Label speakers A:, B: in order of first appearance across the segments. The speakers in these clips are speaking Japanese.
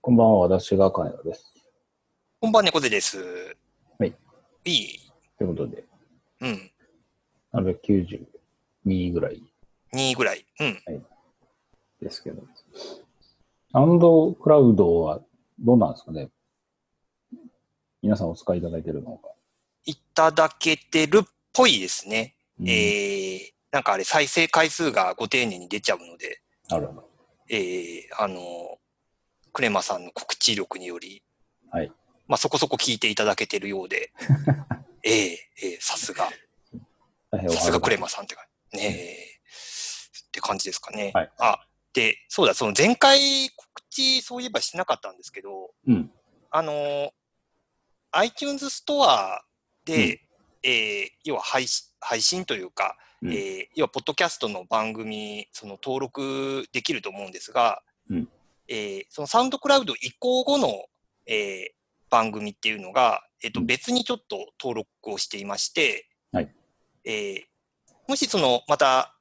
A: こんばんは、私が金田です。
B: こんばんは、猫背です。
A: はい。
B: いい
A: ということで、
B: うん。
A: 792ぐらい
B: 2位ぐらい。うん。
A: ですけど。サウンドクラウドはどうなんですかね皆さんお使いいただいてるのか。
B: いただけてるっぽいですね。
A: うん
B: えー、なんかあれ、再生回数がご丁寧に出ちゃうので、
A: なるほど。
B: えー、あの、クレマさんの告知力により、
A: はい。
B: まあ、そこそこ聞いていただけてるよう で、えー、えー、さすが、
A: 大変お
B: さすがクレ
A: ム。
B: マさんって感じ。ねえって感じですかね。
A: はい
B: あ、で、そうだ、その前回告知、そういえばしてなかったんですけど、
A: うん。
B: あのー、iTunes ストアで、
A: う
B: えー要は配信配信というか、
A: うん
B: えー要はポッドキャストの番組、その登録できると思うんですが、
A: うん
B: えーそのサウンドクラウド移行後の、えー番組っていうのが、えっと
A: うん
B: 別にちょっと登録をしていまして、
A: はい
B: えーもしそのまた、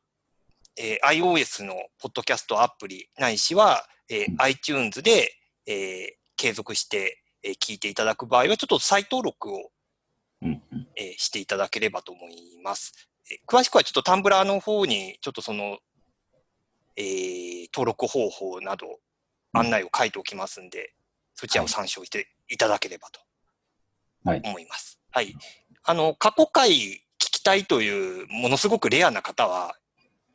B: えー iOS のポッドキャストアプリないしは、えー
A: うん
B: iTunes で、えー継続して、えー聞いていただく場合は、ちょっと再登録を、
A: うん。うん
B: えーしていただければと思います。えー詳しくはちょっとタンブラーの方に、ちょっとその、えー登録方法など案内を書いておきますんで、そちらを参照していただければと
A: はい
B: 思います。はい。あの、過去回聞きたいという、ものすごくレアな方は、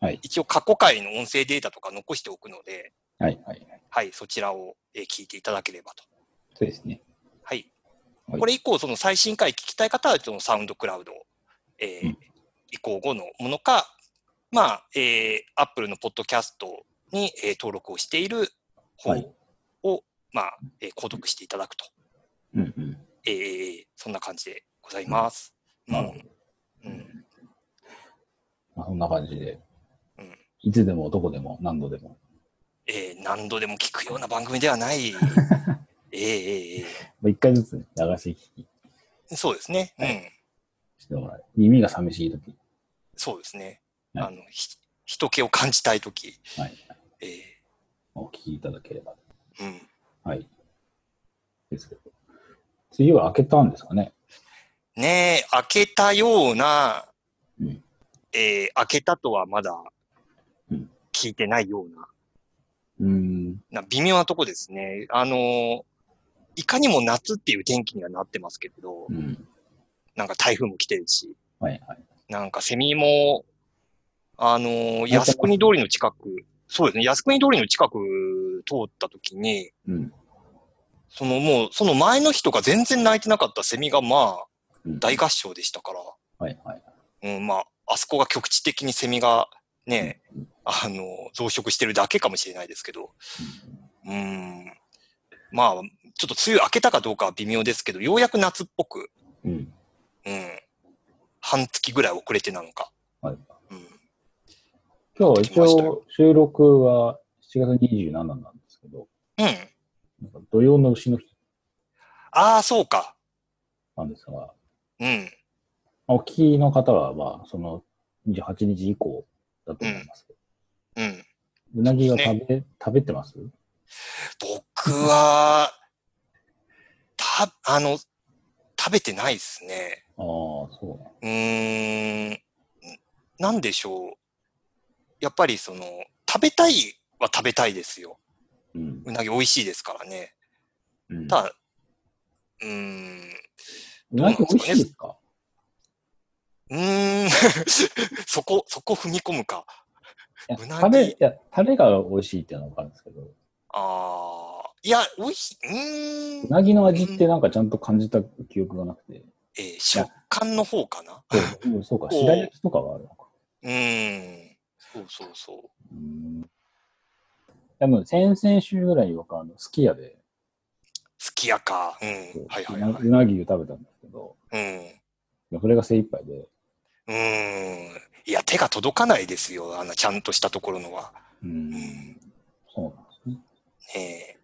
A: はい
B: 一応過去回の音声データとか残しておくので、
A: はい、はい。
B: はい、そちらを、えー聞いていただければと。
A: そうですね。
B: はい。
A: はい
B: これ以降、その最新回聞きたい方は、そのサウンドクラウド、えー
A: うん
B: 移行後のものか、まあ、えー、Apple のポッドキャストに、えー登録をしている方を、
A: はい
B: まあ、えー購読していただくと、
A: うんうん。
B: えーそんな感じでございます。
A: なるほど。
B: うんうん
A: まあ、そんな感じで、
B: うん
A: いつでもどこでも何度でも。
B: えー何度でも聞くような番組で はない。えーえー
A: まあ、一回ずつね、流し聞き
B: えーそうですね。うん。
A: してもらえ。耳が寂しいとき。
B: そうですね。
A: はい
B: あの、ひ、人気を感じたいとき。
A: はい。
B: え
A: お聞きいただければ。
B: ーうん。
A: はい。ですけど。梅雨は明けたんですかね
B: ねえ、開けたような、
A: うん
B: えー開けたとはまだ
A: うん
B: 聞いてないような、
A: うーん。
B: な微妙なとこですね。あのーいかにも夏っていう天気にはなってますけど
A: う、ん。
B: なんか台風も来てるし、
A: はいはい。
B: なんかセミも、あのー
A: 鳴いてます
B: 靖国通りの近く、そうですね、靖国通りの近く通った時に、
A: うん。
B: そのもう、その前の日とか全然鳴いてなかったセミがまあ、
A: うん
B: 大合唱でしたから、
A: はいはい。
B: うん、まあ、あそこが局地的にセミがね、あの、増殖してるだけかもしれないですけど、うん、まあ、ちょっと梅雨明けたかどうかは微妙ですけど、ようやく夏っぽく、
A: うん。
B: うん、半月ぐらい遅れてなのか。
A: はい
B: うん、
A: 今日一応収録は7月27なんですけど、
B: うん。
A: なんか土曜の牛の日
B: ああ、そうか。
A: なんですが、ま
B: うん、
A: あお聞きの方はまあその28日以降だと思いますけ
B: うん。
A: ど。うなぎは食べ、食べてます
B: 僕は、た、あの、食べてないですね。
A: ああ、そうね。
B: うーん、なんでしょう。やっぱりその、食べたいは食べたいですよ。
A: うん
B: う。なぎ美味しいですからね。
A: うん
B: ただ、うーん、
A: うなぎ美味しいですか
B: うーん、 そこ、そこ踏み込むか。
A: い
B: どう
A: や
B: なんで
A: タレ、
B: すかねうなぎ
A: いや、タレが美味しいっていうのはわかるんですけど、
B: ああ、いや、美味しい、
A: う
B: うーん、
A: なぎの味ってなんかちゃんと感じた記憶がなく て、
B: えー食感の方かな。
A: そううんそうか、白焼きとかはあるのか。
B: うーん、そうそうそう
A: ーん。でも、先々週ぐらいに僕、あの、すき家で、
B: う。好きやか。う
A: こ
B: ん、
A: う
B: はいはいうは。
A: ないうなぎを食べたんですけど、
B: うん。
A: それが精一杯で、
B: うーん。いや、手が届かないですよ。あの、ちゃんとしたところのは。
A: う。
B: うんん。
A: そうなんですね。
B: ええ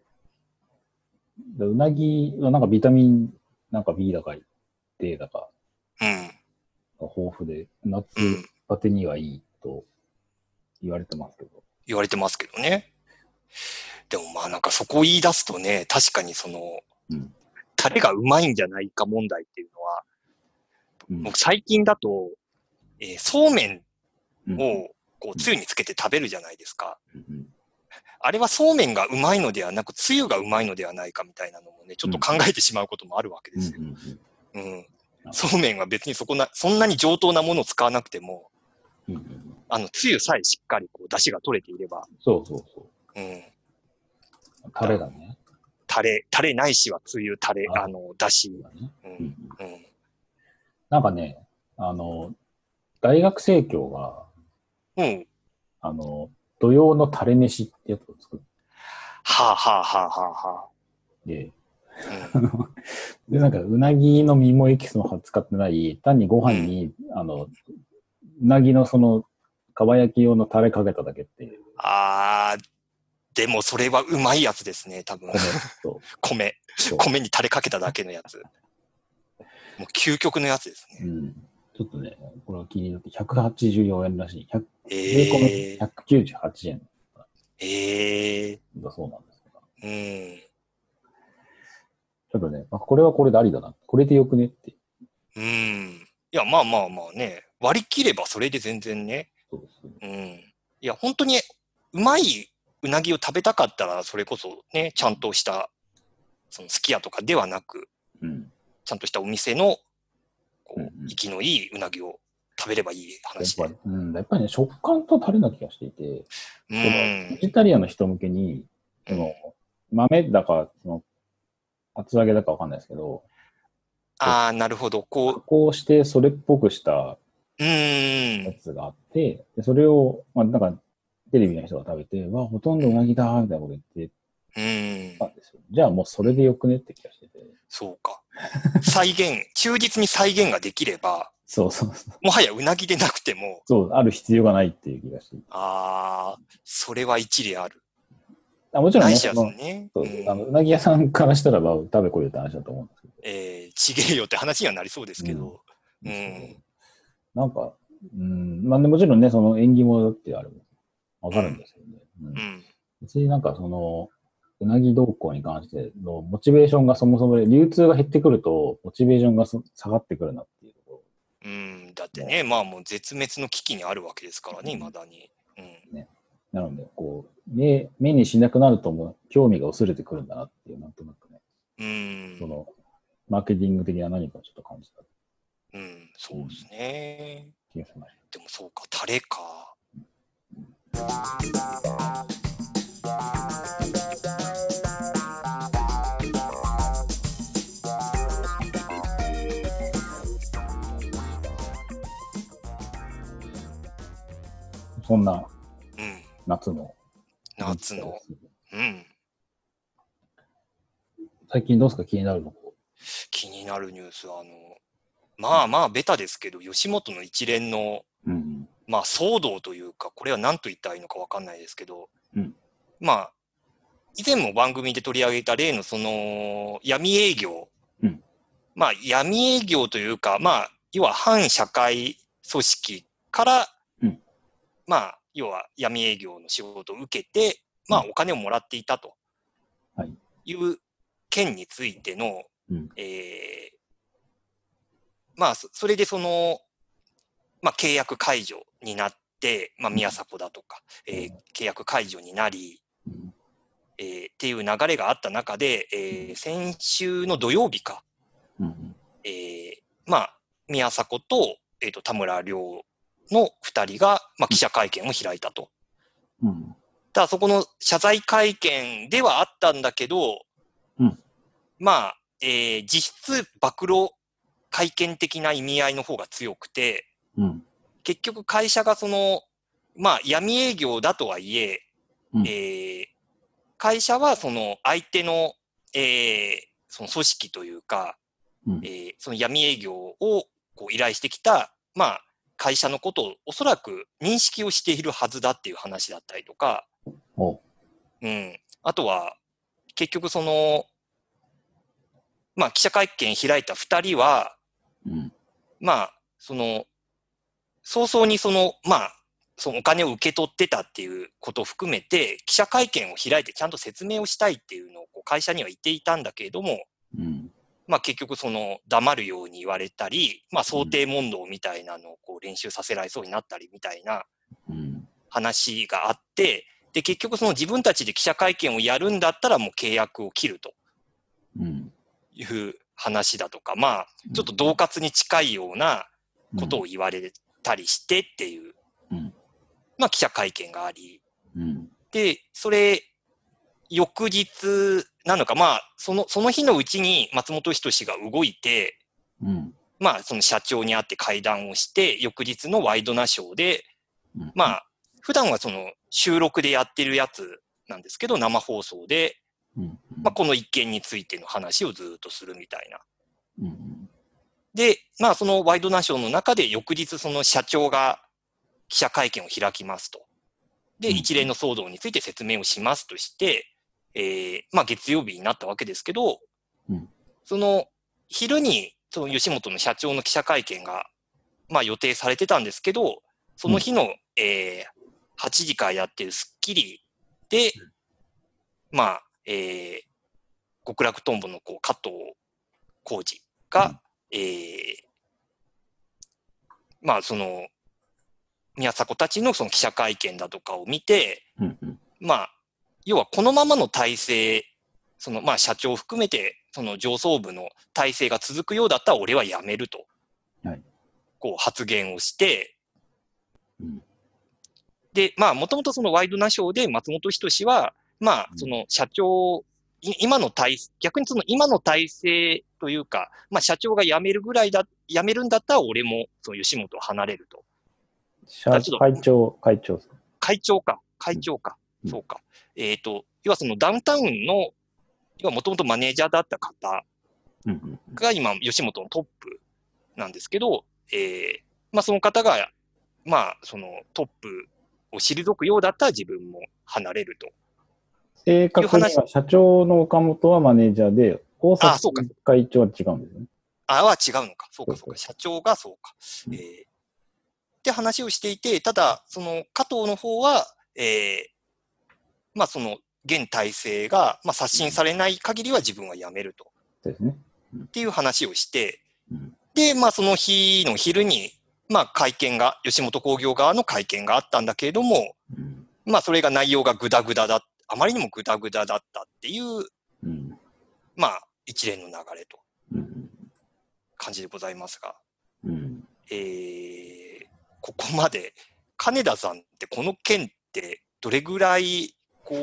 A: でうなぎはなんかビタミン、なんか B だか D だか
B: うん。
A: が豊富で、夏
B: うん。
A: バテにはいいと言われてますけど。
B: 言われてますけどね。でもまあなんかそこを言い出すとね、確かにその、
A: うん
B: タレがうまいんじゃないか問題っていうのは、
A: うん
B: 僕最近だと、えーそうめん
A: うん
B: をこうつゆにつけて食べるじゃないですか。
A: うん
B: あれはそうめんがうまいのではなく、つゆがうまいのではないかみたいなのもね、ちょっと考えてしまうこともあるわけで
A: うん
B: すよ。
A: うん
B: うん。そうめんは別にそこな、そんなに上等なものを使わなくても、
A: うんうん
B: あの、つゆさえしっかりこう、出汁が取れていれば、
A: そうそうそ
B: うん。
A: う。タレだね。
B: タレ、タレないしはつゆ、タレ、
A: あ
B: あの、だし。う。
A: うんん
B: うん。
A: なんかね、あの、大学生協が、
B: うん。
A: あの、土曜のタレ飯ってやつを作っ
B: はあ、はあはあはあは
A: て、
B: あ。うん。
A: で、なんか、うなぎの身もエキスも使ってない、単にご飯に、あの、うなぎのその、かば焼き用のタレかけただけっていう、
B: あー、でもそれはうまいやつですね、多分
A: 米。と、
B: 米。
A: そう
B: 米にタレかけただけのやつ。もう究極のやつです
A: う
B: ね。
A: ん。ちょっとね、これは気になって、184円らしい。100税込
B: えー、
A: み198円
B: え
A: だそうなんですけど、
B: ー、
A: ちょっとね、あこれはこれでありだな。これでよくねって。
B: うん。うん。いや、まあまあまあね。割り切ればそれで全然ね。
A: そうですね。
B: うん。いや、本当にうまいうなぎを食べたかったら、それこそね、ちゃんとした、そのすき家とかではなく、
A: うん。
B: ちゃんとしたお店の、こ
A: うんう
B: う、
A: ん
B: 息のいいうなぎを食べればいい
A: やっ
B: 話
A: ぱり
B: で。、
A: うん、やっぱりね、食感とタレな気がしていて、
B: う
A: そのベ
B: ん。
A: ジタリアンの人向けに、その、豆だか、その、厚揚げだかわかんないですけど、
B: ああ、なるほど。
A: 加
B: こ
A: 工してそれっぽくした
B: う、うー
A: や
B: ん。
A: つがあって、でそれを、まあ、なんか、テレビの人が食べて、わ、ほとんどうなぎだーみたいなこと言って
B: うん
A: た。んですよ。じゃあもうそれでよくねって気がしてて。
B: そうか。再現、忠実に再現ができれば、
A: そうそうそう。
B: もはやうなぎでなくても、
A: そう、ある必要がないっていう気がしていて。
B: ああ、それは一理ある。
A: あもちろん
B: な
A: ね、
B: いし
A: そ
B: やつ
A: の、
B: ね。
A: そううあのうんなぎ屋さんからしたらば食べこいよって話だと思うんですけど。
B: えー、ちげえよって話にはなりそうですけど。うん
A: なんか、うん、まあ、ね、もちろんね、その縁起物っていうあれもわかるんですけどね。う
B: うんん。
A: 別になんかその、うなぎ動向に関してのモチベーションがそもそもで、流通が減ってくると、モチベーションがそ下がってくるなっていうとこ
B: うん。だってね、まあもう絶滅の危機にあるわけですからね、
A: うん
B: 未だに。うん。
A: ろ。なので、こう、目目にしなくなるともう興味が薄れてくるんだなっていう、なんとなくね、
B: うん。
A: その、マーケティング的な何かをちょっと感じた
B: うん、そうですね。
A: 気がしまし
B: でもそうか、タレか。
A: た。そんな
B: うん。
A: 夏の。
B: 夏の。。うん。
A: 最近どうですか気になるとこ。
B: 気になるニュースは、あの、まあまあ、ベタですけど、吉本の一連の、
A: うん。
B: まあ、騒動というか、これは何と言ったらいいのか分かんないですけど、
A: うん
B: まあ、以前も番組で取り上げた例の、その、闇営業。
A: うん
B: まあ、闇営業というか、まあ、要は反社会組織から、
A: うん
B: まあ、要は闇営業の仕事を受けて、まあ、お金をもらっていたと
A: はい
B: いう件についての、
A: うん。
B: えーまあ、そそれでその、まあ、契約解除になって、まあ、宮迫だとか、えー
A: うん
B: 契約解除になり、
A: うん
B: えーっていう流れがあった中で、えー先週の土曜日か、
A: うん。
B: えーまあ、宮迫と,、えーと田村亮の2人が、まあ、記者会見を開いたと。
A: うん。
B: ただそこの謝罪会見ではあったんだけど、
A: うん
B: まあ、えー実質暴露会見的な意味合いの方が強くて、
A: うん。
B: 結局会社がその、まあ闇営業だとはいえ、
A: うん
B: えー会社はその相手の、えーその組織というか、
A: うん
B: えーその闇営業をこう依頼してきた、まあ会社のことをおそらく認識をしているはずだっていう話だったりとか、
A: お
B: うん。あとは、結局その、まあ、記者会見開いた2人は、
A: うん。
B: まあ、その、早々にその、まあ、そのお金を受け取ってたっていうことを含めて、記者会見を開いてちゃんと説明をしたいっていうのをこう会社には言っていたんだけれども、
A: うん。
B: まあ、結局その黙るように言われたり、まあ、想定問答みたいなのをこう練習させられそうになったりみたいな
A: うん。
B: 話があって、で、結局その自分たちで記者会見をやるんだったらもう契約を切ると
A: うん。
B: いう話だとか、まあ、ちょっと恫喝に近いようなことを言われたりしてっていう
A: うん、
B: まあ、記者会見があり、
A: うん。
B: で、それ、翌日なのか、まあ、その、その日のうちに松本人志が動いて、
A: うん。
B: まあ、その社長に会って会談をして、翌日のワイドナショーで、
A: うん。
B: ま
A: あ、
B: あ、普段はその収録でやってるやつなんですけど、生放送で、
A: うん。
B: まあ、この一件についての話をずっとするみたいな。
A: うん。
B: で、まあ、そのワイドナショーの中で、翌日、その社長が記者会見を開きますと。で、
A: うん
B: 一連の騒動について説明をしますとして、えーまあ、月曜日になったわけですけど、
A: うん
B: その、昼に、その吉本の社長の記者会見が、まあ、予定されてたんですけど、その日の、えー8時からやってるスッキリで、まあ、えー極楽とんぼのこう加藤浩二が、えーまあその、宮迫たちのその記者会見だとかを見て、
A: うん。うん。
B: まあ、要はこのままの体制、そのまあ社長を含めて、その上層部の体制が続くようだったら俺は辞めると、
A: はい
B: こう発言をして、
A: うん
B: で、まあもともとそのワイドナショーで松本人志は、まあ
A: うん
B: その社長、い今の体、逆にその今の体制というか、まあ社長が辞めるぐらいだ、辞めるんだったら俺もその吉本を離れると。
A: 社会長、会長。
B: 会長か、会長か、
A: うん
B: そうか。えっ、と、要はそのダウンタウンの、要はもともとマネージャーだった方
A: うん。
B: が今、吉本のトップなんですけど、えーまあその方が、まあそのトップを退くようだったら自分も離れると。
A: 正確には社長の岡本はマネージャーで、大
B: あそうか
A: 崎会長は違うんですよね。
B: あは違うのか、そう
A: そう
B: か、そ
A: うそ
B: か、
A: う
B: 社長がそうか。
A: うん
B: えーって話をしていて、ただ、その加藤の方は、えーまあその現体制が、まあ、刷新されない限りは自分は辞めると。
A: そうですね。
B: っていう話をして
A: うん、
B: で、まあ、その日の昼に、まあ、会見が、吉本興業側の会見があったんだけれども、
A: うん。
B: まあ、それが内容がグダグダだ、あまりにもグダグダだったっていう、
A: うん。
B: まあ、一連の流れと
A: うん。
B: 感じでございますが、
A: うん。
B: えー、ここまで、金田さんってこの件ってどれぐらい、 こう、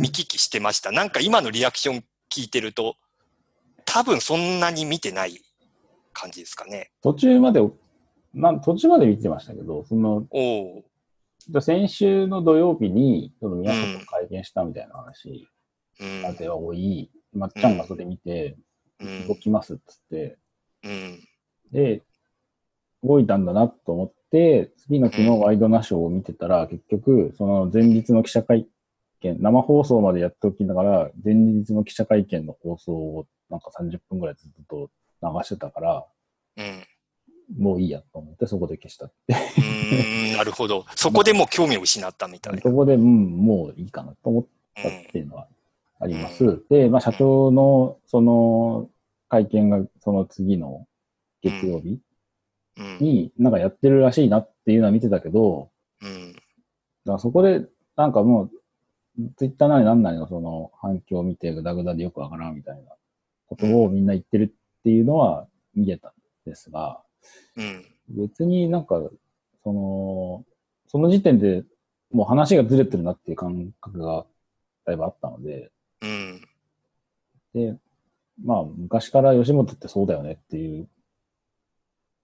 B: 見聞きしてましたなんか今のリアクション聞いてると、多分そんなに見てない感じですかね。
A: 途中まで、なん途中まで見てましたけど、その、
B: おお。
A: 先週の土曜日に、その宮迫が会見したみたいな話
B: うん
A: までは多い、まっちゃんがそれ見て、
B: うん
A: 動きますっつって、
B: うん
A: で、動いたんだなと思って、次の昨日ワイドナショーを見てたら、結局、その前日の記者会見、生放送までやっておきながら、前日の記者会見の放送をなんか30分ぐらいずっと流してたから、
B: うん
A: もういいやと思ってそこで消したって。
B: うーんなるほど。そこでもう興味を失ったみたいな。
A: そこで、うん、もういいかなと思ったっていうのはあります。で、まあ社長のその会見がその次の月曜日
B: うんうん
A: になんかやってるらしいなっていうのは見てたけど、
B: うん
A: だからそこで、なんかもう、ツイッターなりなんなりのその反響を見てグダグダでよくわからんみたいなことをみんな言ってるっていうのは見えたんですが、
B: うん
A: 別になんか、その、その時点でもう話がずれてるなっていう感覚がだいぶあったので、
B: うん
A: で、まあ昔から吉本ってそうだよねっていう、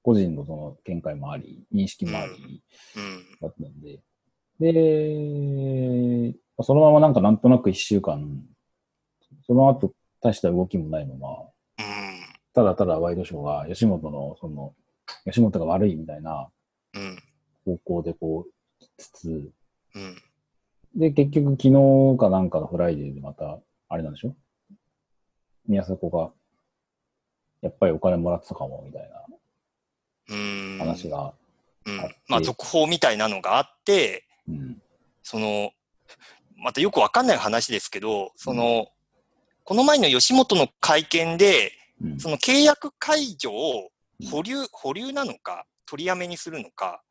A: 個人のその見解もあり、認識もあり、
B: うん
A: だったんで。で、そのままなんかなんとなく一週間、その後大した動きもないまま、
B: うん
A: ただただワイドショーが吉本の、その、吉本が悪いみたいな
B: うん
A: 方向でこう、つつ、
B: うん
A: で、結局昨日かなんかのフライデーでまた、あれなんでしょ宮迫が、やっぱりお金もらってたかも、みたいな
B: うん
A: 話が
B: うん
A: はい
B: まあ、続報みたいなのがあって、
A: うん。
B: その、またよくわかんない話ですけど、その、この前の吉本の会見で、
A: うん。
B: その契約解除を保留、保留なのか、取りやめにするのか、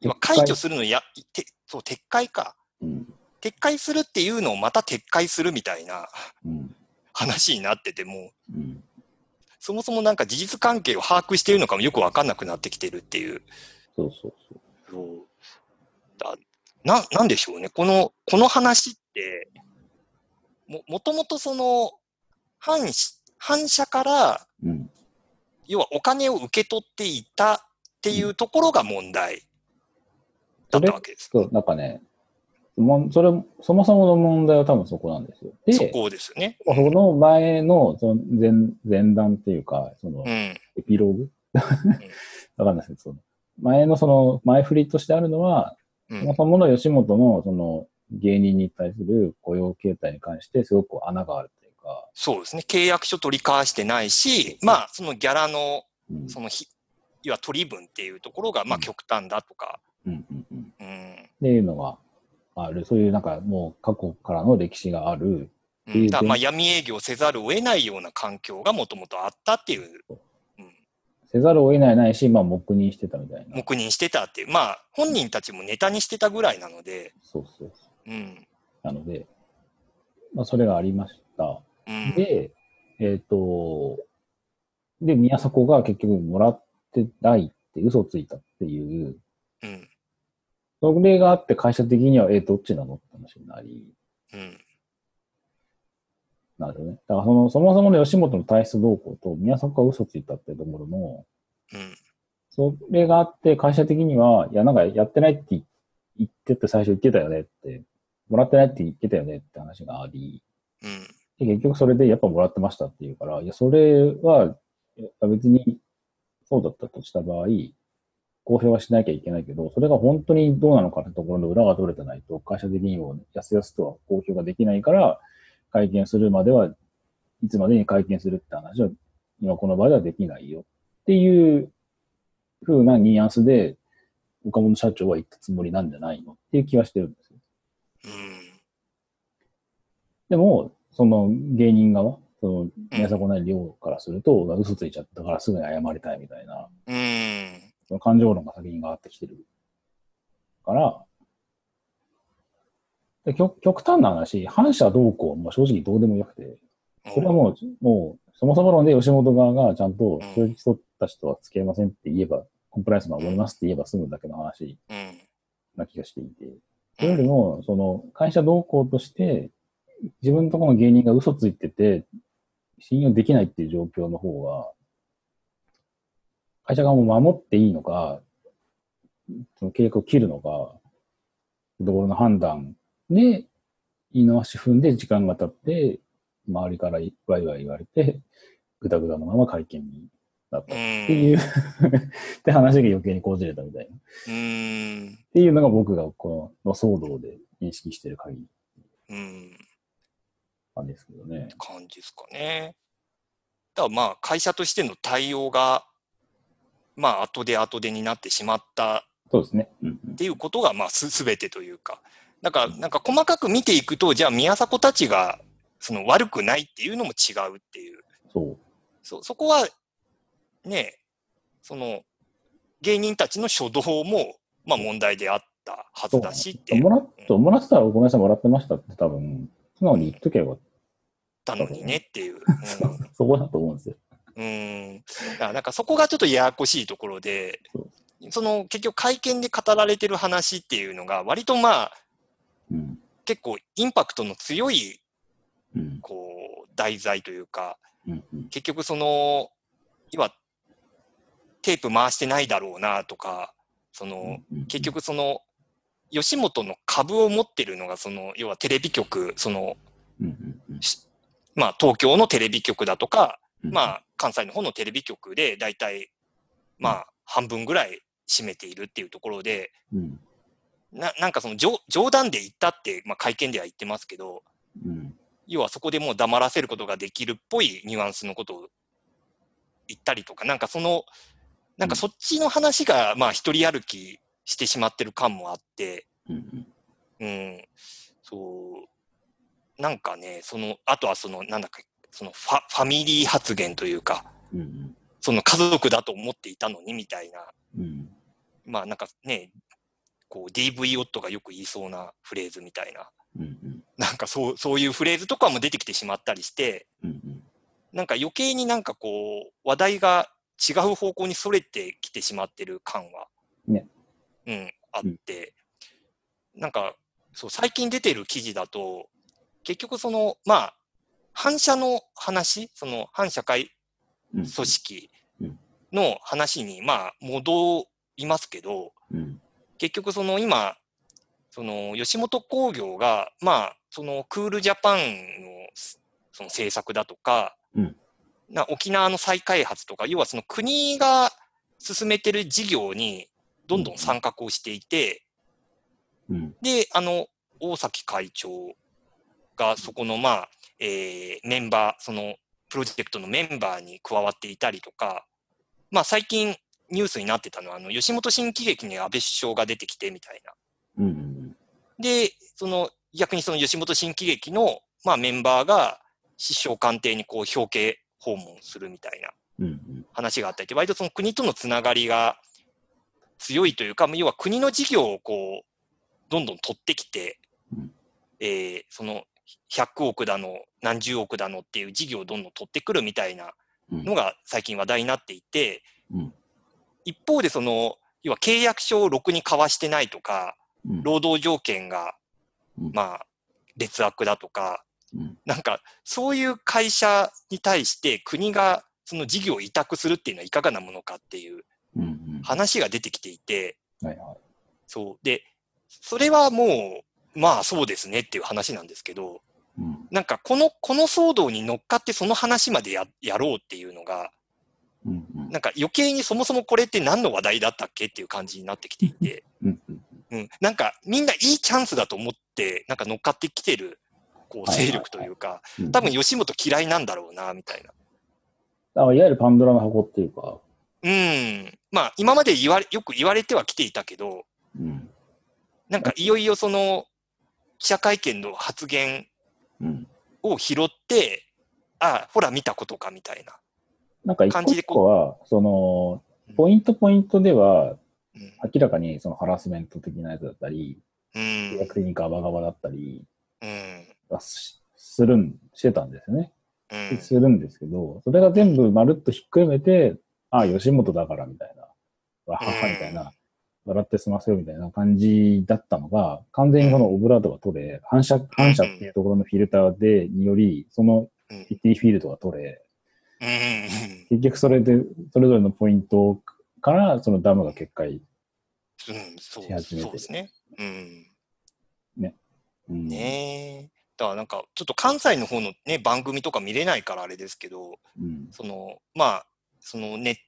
B: 今
A: 撤回
B: 解除するのや、てそう、撤回か。
A: うん。
B: 撤回するっていうのをまた撤回するみたいな
A: うん。
B: 話になってて、もう
A: うん。
B: そもそもなんか事実関係を把握しているのかもよくわかんなくなってきてるっていう。
A: そうそうそう。
B: だな、なんでしょうね。この、この話って、も、もともとその、反し、反社から、
A: うん。
B: 要はお金を受け取っていたっていうところが問題だったわけです。
A: そう、なんかね、もんそれ、そもそもの問題は多分そこなんですよ。で、
B: そこですよね。
A: その前の、その前、前段っていうか、その
B: う、ん。
A: エピローグ わかんないですけど、その前のその、前振りとしてあるのは、
B: うん
A: そもそもの吉本の、その、芸人に対する雇用形態に関して、すごく穴があるというか、
B: そうですね。契約書取り交わしてないし、まあ、そのギャラの、
A: うん。
B: そのひ、要は取り分っていうところが、まあ、
A: うん
B: 極端だとか、
A: うんうんうん。っ
B: うん。
A: ていうのがある、そういうなんかもう過去からの歴史がある、
B: う
A: いい
B: ん、
A: ね
B: だからまあ闇営業せざるを得ないような環境がもともとあったっていう、うん、
A: せざるを得ないないし、まあ、黙認してたみたいな。
B: 黙認してたっていう、まあ、本人たちもネタにしてたぐらいなので、
A: そうそう。
B: うん、
A: なので、まあ、それがありました。
B: うん、
A: で、えっ、と、で、宮迫が結局もらってないって嘘をついたっていう、
B: うん、
A: それがあって会社的には、えどっちなのって話になり、
B: うん、
A: なるほどね。だからその、そもそもの吉本の体質動向と宮迫が嘘ついたっていうところの、
B: うん、
A: それがあって会社的には、いや、なんかやってないって言ってって最初言ってたよねって、もらってないって言ってたよねって話があり、
B: うん、
A: で結局それでやっぱもらってましたって言うから、いや、それは、いや別にそうだったとした場合、公表はしなきゃいけないけど、それが本当にどうなのかってところの裏が取れてないと、会社的にもやすやすとは公表ができないから、会見するまでは、いつまでに会見するって話は、今この場ではできないよっていう風なニュアンスで、岡本社長は言ったつもりなんじゃないのっていう気はしてるんですよ。
B: うん、
A: でも、その芸人側、その
B: うん
A: 宮迫なり量からすると、嘘ついちゃったからすぐに謝りたいみたいな、
B: うん、
A: その感情論が先に上がってきてるから、で極極端な話、反社同行はもう正直どうでもよくて、それはもう、もう、そもそも論で吉本側がちゃんと、
B: ん
A: そういう人たちとは付き合いませんって言えば、コンプライアンス守りますって言えば済むだけの話
B: うん、
A: な気がしていて、それ
B: う
A: より
B: ん、
A: も、その、会社同行として、自分のところの芸人が嘘ついてて、信用できないっていう状況の方が、会社側も守っていいのか、その契約を切るのか、ところの判断で、言い直し踏んで時間が経って、周りからワイワイ言われて、ぐだぐだのまま会見になったっ
B: うん
A: ていう、 って話が余計にこじれたみたいな。
B: うん、
A: っていうのが僕がこの騒動で認識してる限り
B: うん、
A: なんですけどね。
B: 感じですかね。だからまあ、会社としての対応が、まあ、後で後でになってしまった
A: そうですね。うんうん
B: っていうことが、まあ、すべてというか、だから、なんか細かく見ていくと、じゃあ、宮迫たちが、その悪くないっていうのも違うっていう、
A: そう。
B: そ、そこは、ね、その、芸人たちの初動も、まあ、問題であったはずだしって言っ
A: もらっもらってたら、ごめんなさい、もらってましたって多分、素直に言っとけばよかった
B: のにねっていう。
A: た、そこだと思うんですよ。
B: うん。うん。だからなんかそこがちょっとややこしいところで
A: そ、
B: その、結局会見で語られてる話っていうのが、割とまあ、
A: うん。
B: 結構インパクトの強い、
A: うん。
B: こう、題材というか、
A: うん。うん
B: 結局その今テープ回してないだろうなとかその
A: うん
B: 結局その吉本の株を持ってるのがその要はテレビ局その
A: うんうんうん
B: まあ東京のテレビ局だとか
A: うん
B: まあ関西の方のテレビ局で大体まあ半分ぐらい占めているっていうところで
A: うん
B: ななんかその冗冗談で言ったってまあ会見では言ってますけど
A: うん
B: 要はそこでもう黙らせることができるっぽいニュアンスのことを言ったりとか、なんかその、なんかそっちの話が、まあ、一人歩きしてしまってる感もあって、
A: うん
B: うん、そう、なんかね、その、あとはその、なんだっけ、そのファ、ファミリー発言というか、
A: うんうん
B: その家族だと思っていたのにみたいな、
A: うん
B: まあなんかね、こう DV 夫がよく言いそうなフレーズみたいな、
A: うんうん
B: なんかそうそういうフレーズとかも出てきてしまったりして、
A: うん
B: なんか余計になんかこう、話題が違う方向にそれてきてしまってる感は、
A: ね
B: うん、あって、なんかそう、最近出てる記事だと、結局その、まあ、反社の話、その反社会
A: うん
B: 組織
A: うん
B: の話に、まあ、戻りますけど、
A: うん
B: 結局その今、その吉本興業が、まあ、そのクールジャパンのその政策だとか、
A: うん
B: な沖縄の再開発とか、要はその国が進めてる事業にどんどん参画をしていて、
A: うん
B: で、あの、大崎会長がそこの、まあ、えーメンバー、そのプロジェクトのメンバーに加わっていたりとか、まあ、最近ニュースになってたのは、あの、吉本新喜劇に安倍首相が出てきてみたいな。
A: うんうん
B: で、その、逆にその吉本新喜劇の、まあ、メンバーが、首相官邸にこう、表敬訪問するみたいな
A: うんうん
B: 話があったりって、割とその国とのつながりが強いというか、まあ要は国の事業をこう、どんどん取ってきて
A: うん、
B: えーその100億だの、何十億だのっていう事業をどんどん取ってくるみたいな
A: うん
B: のが最近話題になっていて
A: うん、
B: 一方でその、要は契約書をろくに交わしてないとか、
A: うん
B: 労働条件が
A: うん、
B: まあ、劣悪だとか
A: うん、
B: なんか、そういう会社に対して国がその事業を委託するっていうのはいかがなものかっていう
A: うんうん
B: 話が出てきていて、
A: はいは
B: そう。で、それはもう、まあそうですねっていう話なんですけど、
A: いうん
B: なんかこの、この騒動に乗っかってその話までややろうっていうのが、
A: うんうん
B: なんか余計にそもそもこれって何の話題だったっけっていう感じになってきていて、
A: うんうん
B: うん、なんかみんないいチャンスだと思って、なんか乗っかってきてる、こう
A: はいはいは
B: 勢
A: い
B: 力というか、
A: うん
B: 多分吉本嫌いなんだろうな、みたいな。
A: あいわゆるパンドラの箱っていうか、
B: うん。まあ、今まで言われ、よく言われてはきていたけど、
A: うん
B: なんかいよいよその、記者会見の発言
A: うん、
B: を拾って、ああ、ほら見たことか、みたいな。
A: なんか一個
B: 感じ
A: 一
B: でこう
A: 個は、その、ポイントポイントでは、
B: うん。
A: 明らかにそのハラスメント的なやつだったり、
B: うん
A: 契約的にガバガバだったり
B: うん。
A: はしするん、してたんですよね。
B: うん。
A: するんですけど、それが全部まるっとひっくるめて、ああ、吉本だからみたいな、わははみたいな、笑って済ませようみたいな感じだったのが、完全にそのオブラートが取れ、反射、反射っていうところのフィルターで、により、その
B: うん
A: シティフィールドが取れ、
B: うん。
A: 結局それで、それぞれのポイントから、そのダムが決壊。
B: うん、そう
A: し始めてる
B: そうですね。うん、
A: うん、
B: ねえ。だからなんか、ちょっと関西の方のね、番組とか見れないからあれですけど、
A: うん。
B: その、まあ、そのね、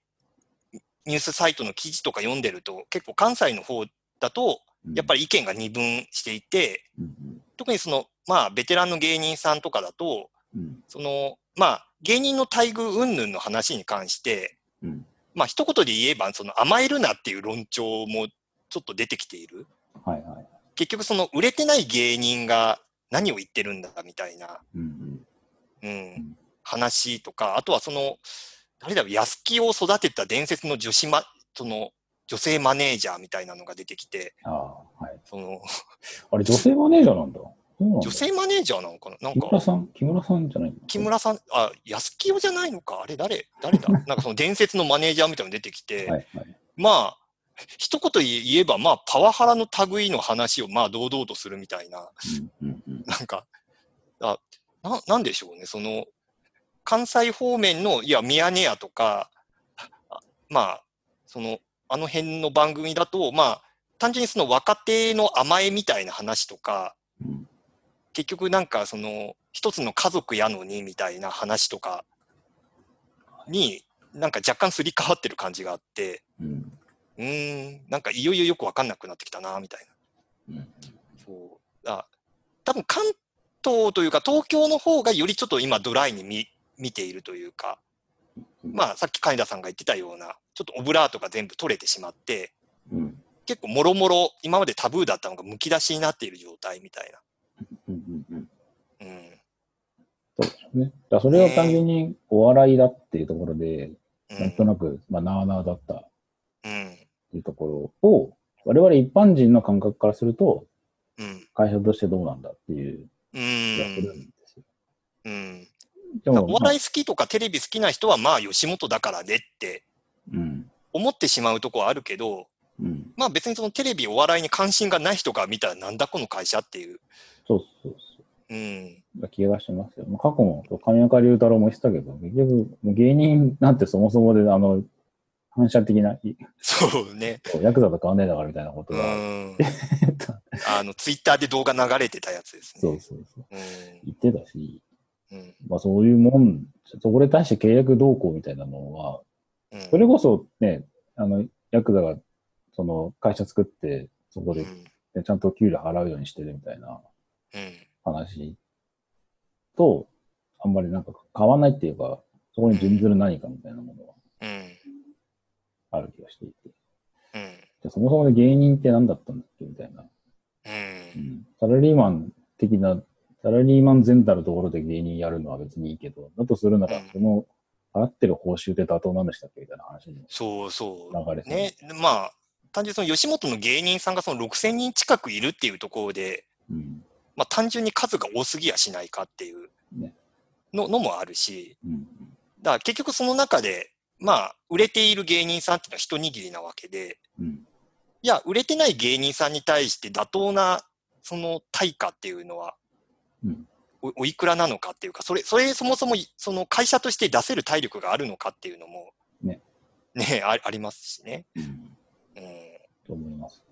B: ニュースサイトの記事とか読んでると、結構関西の方だと、やっぱ
A: り、
B: り意見が二分していて、
A: うん
B: 特にその、まあ、ベテランの芸人さんとかだと、
A: うん
B: その、まあ、芸人の待遇云々の話に関して、
A: うん
B: まあ、一言で言えば、その甘えるなっていう論調もちょっと出てきている。
A: はいはい。
B: 結局その売れてない芸人が何を言ってるんだみたいな、
A: うん
B: うん
A: ん
B: 話とか、あとはその、誰だろう、安木を育てた伝説の女子ま、その、女性マネージャーみたいなのが出てきて、
A: ああ、はい。
B: その、
A: あれ、女性マネージャーなんだ。そうなんだ
B: 女性マネージャーなのかななん
A: 木村
B: か、
A: さん木村さんじゃない
B: 木村さん、あ、安木をじゃないのかあれ誰 誰だなんかその伝説のマネージャーみたいなの出てきて、
A: はいはい。
B: まあ、一言言えば、まあ、パワハラの類の話を、まあ、堂々とするみたいな。
A: うんうんうん
B: なんか、あななんでしょうね、その、関西方面の、いや、ミヤネ屋とか、あまあ、その、あの辺の番組だと、まあ、単純にその若手の甘えみたいな話とか、
A: うん
B: 結局なんかその、一つの家族やのにみたいな話とかに、なんか若干すり替わってる感じがあって、
A: うん
B: うーん、なんかいよいよよくわかんなくなってきたな、みたいな。
A: うん
B: そう。あ、多分関東というか東京の方がよりちょっと今ドライに見見ているというか、
A: うん
B: まあさっき金田さんが言ってたような、ちちょっとオブラートが全部取れてしまって、
A: うん。
B: 結構もろもろ、今までタブーだったのがむき出しになっている状態みたい
A: うんうんうん。
B: な。うん。
A: そうですね。だからそれは単純にお笑いだっていうところで、
B: うん
A: なんとなく、まあ、なあなあだったっ
B: うん。
A: ていうところを、我々一般人の感覚からすると、
B: うん。
A: 会社としてどうなんだっていう
B: う
A: 気がするん
B: ん。
A: ですよ。
B: うん。
A: で
B: お笑い好きとかテレビ好きな人は、まあ、吉本だからねって
A: まあうん。
B: 思ってしまうとこはあるけど、
A: うん。
B: まあ別にそのテレビお笑いに関心がない人が見たらなんだこの会社っていう。
A: そうそうそ
B: うん。
A: う。気がしますよ。まあ、過去も、神岡龍太郎も言ってたけど、結局、もう芸人なんてそもそもで、あの、反射的な、い
B: そうね。
A: ヤクザと変わんねえだからみたいなこと
B: う
A: が、
B: ん。あの、ツイッターで動画流れてたやつですね。
A: そうそうそう。
B: う
A: 言ってたし、
B: ん。うん。
A: まあそういうもん、そこに対して契約動向みたいなのは、
B: うん
A: それこそね、あの、ヤクザが、その、会社作って、そこ
B: う
A: で、
B: ん。
A: ね、ちゃんと給料払うようにしてるみたいな
B: うん。
A: 話と、あんまりなんか変わんないっていうか、そこに準ずる何かみたいなものは
B: うん。
A: ある気がしていて。
B: うん。
A: じゃあそもそもで芸人って何だったんだっけみたいな。
B: う。
A: うんん。サラリーマン的な、サラリーマン全たるところで芸人やるのは別にいいけど、だとするなら
B: うん、
A: その、払ってる報酬って妥当なんでしたっけみたいな話に
B: そうそ
A: 流れ
B: う。
A: てる
B: ね。まあ、単純にその吉本の芸人さんがその6000人近くいるっていうところで、
A: うん。
B: まあ単純に数が多すぎやしないかっていう
A: ね
B: ののもあるし、
A: うん。
B: だから結局その中で、まあ、売れている芸人さんっていうのは一握りなわけで、
A: うん。
B: いや、売れてない芸人さんに対して妥当な、その対価っていうのは
A: うん、
B: おおいくらなのかっていうか、それ、それそもそも、その会社として出せる体力があるのかっていうのも、
A: ね。
B: ね、あありますしね。
A: うん。
B: うん。
A: と思います。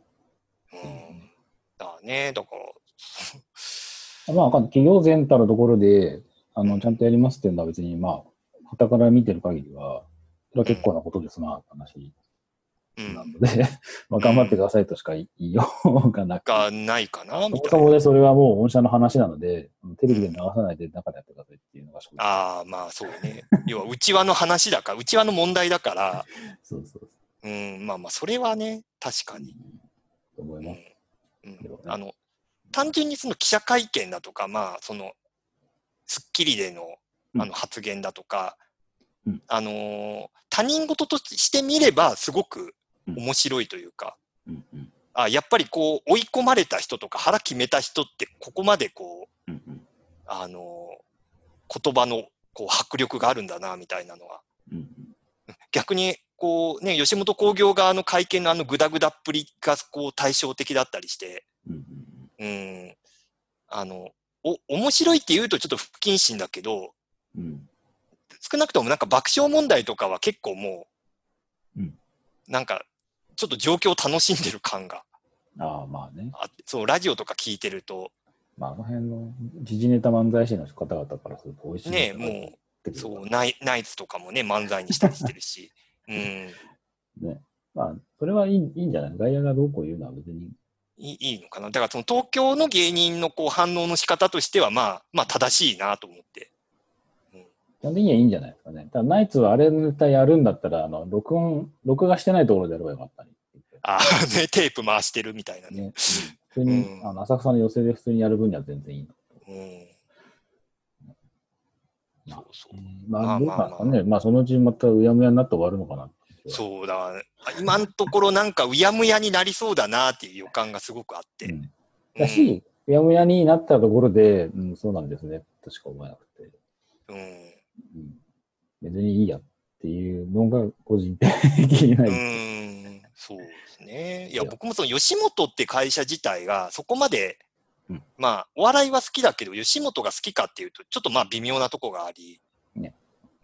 B: うん。だね、だから、
A: まあ、わかんない企業全たるところで、あの、ちゃんとやりますっていうのは別に、まあ、傍から見てる限りは、それは結構なことですな、って話
B: う。
A: なんので、 まあ、頑張ってくださいとしか言いようがなく、
B: がないかな、
A: そ
B: み
A: も
B: た
A: そ
B: い
A: も
B: な。
A: でそれはもう御社の話なので、テレビで流さないで中でやってくださいっていうのが正直
B: ああ、まあそうね。要は、内輪の話だから、内輪の問題だから、
A: そうそうそう。
B: うん、まあまあ、それはね、確かに。
A: と思
B: う
A: います。
B: んうん
A: ではね
B: あの単純にその記者会見だとか、まあ、そのスッキリでの
A: うん
B: あの発言だとか、
A: うん
B: あのー他人事として見れば、すごく面白いというか、
A: うんうん
B: あやっぱりこう追い込まれた人とか、腹決めた人って、ここまでこう、
A: うんうん
B: あのー言葉のこう迫力があるんだなみたいなのは。
A: うんうん
B: 逆にこう、ね、吉本興業側の会見のあのグダグダっぷりがこう対照的だったりして、
A: うんうん
B: うん、あの、お、面白いって言うとちょっと不謹慎だけど、
A: うんうん
B: 少なくともなんか爆笑問題とかは結構もう、
A: うん
B: なんか、ちょっと状況を楽しんでる感が
A: ああ、まあね。
B: あって、そう、ラジオとか聞いてると、
A: まあ、あの辺の時事ネタ漫才師の方々からすると美味しいネタ
B: ね、
A: が
B: も
A: 出
B: う、
A: てくる
B: そう、ナイナイツとかもね、漫才にしたりしてるし、うん、
A: ね。まあ、それはいいいいんじゃない外野がどうこう言うのは別に。
B: いいいいのかな。だからその東京の芸人のこう反応の仕方としては、まあ、まあ正しいなと思って。
A: 基本的にはいいんじゃないですかね。ただ、ナイツはあれ絶対やるんだったら、あの、録音、録画してないところでやればよかったり。
B: ああ、ね、テープ回してるみたいなね。
A: ね。普通に、
B: うん
A: あの浅草の寄席で普通にやる分には全然いいの。
B: うん。そうそう。
A: ま
B: ま
A: あ、
B: あ
A: どうなんですか
B: ま
A: ね。まあ、そのうちまたうやむやになって終わるのかな。
B: そうだから、今のところなんかうやむやになりそうだなっていう予感がすごくあって。
A: うん
B: う
A: だ
B: ん
A: し、うやむやになったところで、うん、そうなんですね、としか思えなくて。
B: うん
A: うん、別にいいやっていうのが個人的にな
B: う
A: い。
B: ーん、そうですね。いや、僕もその吉本って会社自体がそこまで、
A: うん
B: まあ、お笑いは好きだけど、吉本が好きかっていうと、ちょっとまあ微妙なとこがあり、
A: ね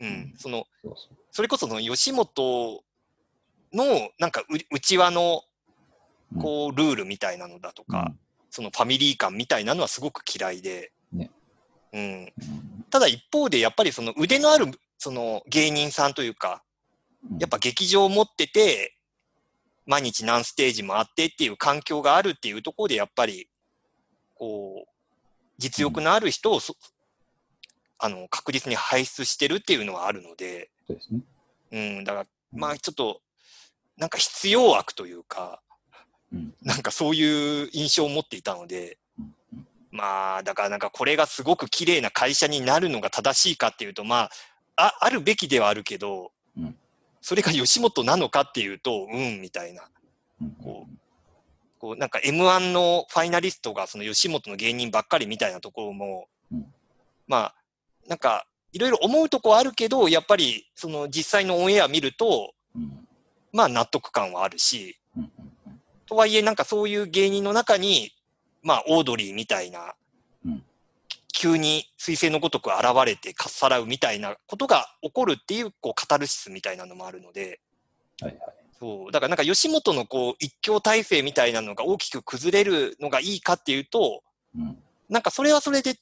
B: うん、その、
A: そうそう
B: それこそその吉本のなんかう内輪のこうルールみたいなのだとか、そのファミリー感みたいなのはすごく嫌いで、
A: ね
B: うん、
A: うん
B: ただ一方でやっぱりその腕のあるその芸人さんというか、
A: うん
B: やっぱ劇場を持ってて、毎日何ステージもあってっていう環境があるっていうところでやっぱり、こう、実力のある人をそ、あの確実に輩出してるっていうのはあるので、
A: そうですね。
B: うん、だから、まあちょっと、なんか必要悪というか、
A: うん
B: なんかそういう印象を持っていたので、まあ、だからなんかこれがすごく綺麗な会社になるのが正しいかっていうと、まあ、ああるべきではあるけど、
A: うん
B: それが吉本なのかっていうと、うん、みたいな。
A: うん
B: こう、こうなんか M1 のファイナリストがその吉本の芸人ばっかりみたいなところも、
A: うん
B: まあ、なんか、いろいろ思うとこはあるけど、やっぱり、その実際のオンエア見ると、
A: うん
B: まあ納得感はあるし、
A: うん
B: とはいえなんかそういう芸人の中に、まあオードリーみたいな、
A: うん
B: 急に彗星のごとく現れてかっさらうみたいなことが起こるっていう、こう、カタルシスみたいなのもあるので、
A: はいはい。
B: そう、だからなんか吉本のこう、一強体制みたいなのが大きく崩れるのがいいかっていうと、
A: うん
B: なんかそれはそれで、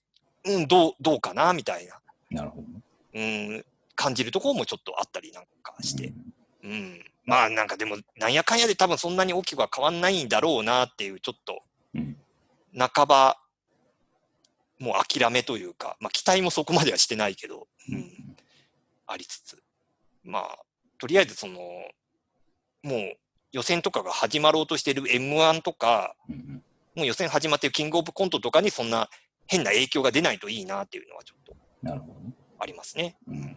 B: うん、どう、どうかな、みたいな、
A: なるほどね。
B: うん、感じるところもちょっとあったりなんかして。
A: うん
B: うん、まあなんかでも、なんやかんやで多分そんなに大きくは変わんないんだろうなっていう、ちょっと
A: うん、
B: 半ば、もう諦めというか、まあ期待もそこまではしてないけど、う
A: うん
B: ん、ありつつ。まあ、とりあえずその、もう予選とかが始まろうとしてる M1 とか、
A: うんうん
B: もう予選始まってるキングオブコントとかにそんな変な影響が出ないといいなっていうのはちょっと
A: なるほどね。
B: ありますね。
A: うん
B: うん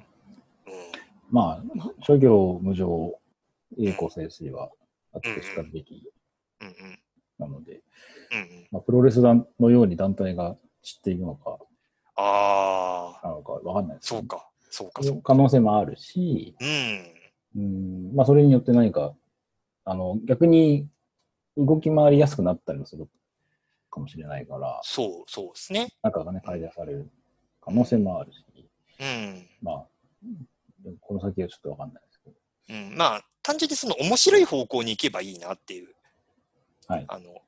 A: まあ、諸行無常、栄光先生は、あってしかるべき
B: うんうん
A: なので、
B: うんうん、
A: まあ、プロレス団のように団体が散っていくのか、
B: ああ、
A: なのかわかんないですけ
B: そ
A: ど
B: うか、そうか、そう
A: 可
B: か。
A: 能性もあるし、
B: うん。
A: うん、まあ、それによって何か、あの、逆に動き回りやすくなったりもするかもしれないから、
B: そう、そうですね。
A: 中がね、改善される可能性もあるし、
B: うん。
A: まあ、この先はちょっとわかんないですけど、
B: うん、まあ、単純にその面白い方向に行けばいいなっていう。
A: はい
B: あの、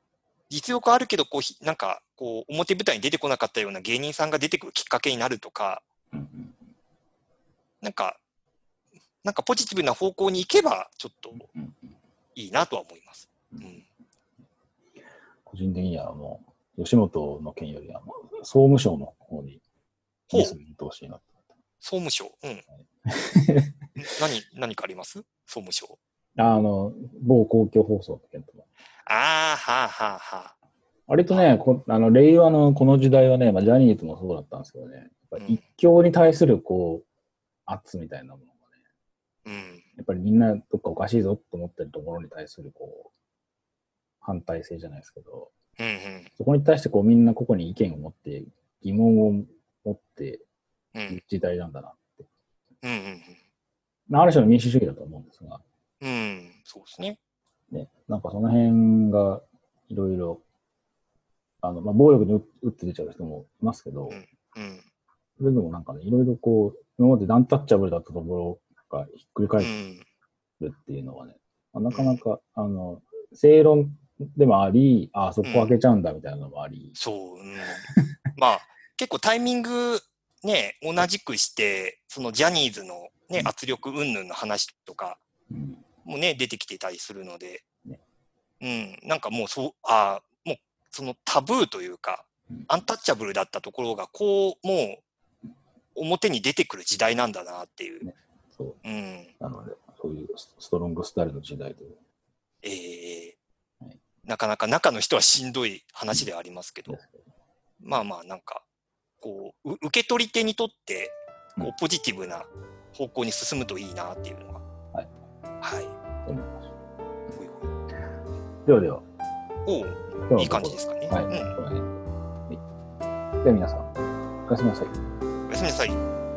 B: 実力あるけど、こうひ、なんか、こう、表舞台に出てこなかったような芸人さんが出てくるきっかけになるとか、
A: うん
B: なんか、なんかポジティブな方向に行けば、ちょっと
A: うんうん
B: いいなとは思います。
A: う
B: うんん。
A: 個人的にはもう、吉本の件よりは、もう総務省の方に、
B: ほう
A: ニスに行ってほしいなと。
B: 総務省。うん。何、何かあります総務省。
A: あの、某公共放送の件とか。
B: ああ、はあ、はあ、は
A: 割とね、こあの令和のこの時代はね、まあ、ジャニーズもそうだったんですけどね、やっぱり一強に対するこう、圧みたいなものがね、
B: あ。うん。
A: やっぱりみんなどっかおかしいぞと思ってるところに対するこう、反対性じゃないですけど、
B: うん、うん。
A: そこに対してこうみんな個々に意見を持って、疑問を持って
B: うん、うん
A: いく時代なんだな。、
B: うん
A: まあある種の民主主義だと思うんですが、
B: うん。うん、そうですね。
A: ね、なんかその辺がいろいろ、あの、まあ、暴力に打打って出ちゃう人もいますけど、
B: うん。
A: それでもなんかね、いろいろこう、今までダンタッチャブルだったところがひっくり
B: う
A: 返
B: ん。
A: るっていうのはね、まあなかなか、あの、正論でもあり、ああそこ開けちゃうんだみたいなのもあり、
B: そ う、うん、まあ結構タイミングね同じくしてそのジャニーズの、ね、
A: うん
B: 圧力云々の話とか
A: うん
B: もね出てきてたりするので、
A: ね
B: うん、なんかもうそうあもうそのタブーというか
A: うん
B: アンタッチャブルだったところがこうもう表に出てくる時代なんだなっていう、
A: ねそう。
B: うん、え
A: なので、そういうスストロングスタイルの時代で、
B: ー
A: はい
B: なかなか中の人はしんどい話ではありますけど、まあまあなんかこうう受け取り手にとってこ
A: う
B: うポジティブな方向に進むといいなっていうのが
A: はい
B: はい
A: 思います
B: ほいほ
A: ではでは、
B: い
A: 今日
B: お
A: は
B: おいい感じですかね、
A: はい
B: うん
A: この辺ではいでは皆さん、おやすみなさい。
B: おやすみなさい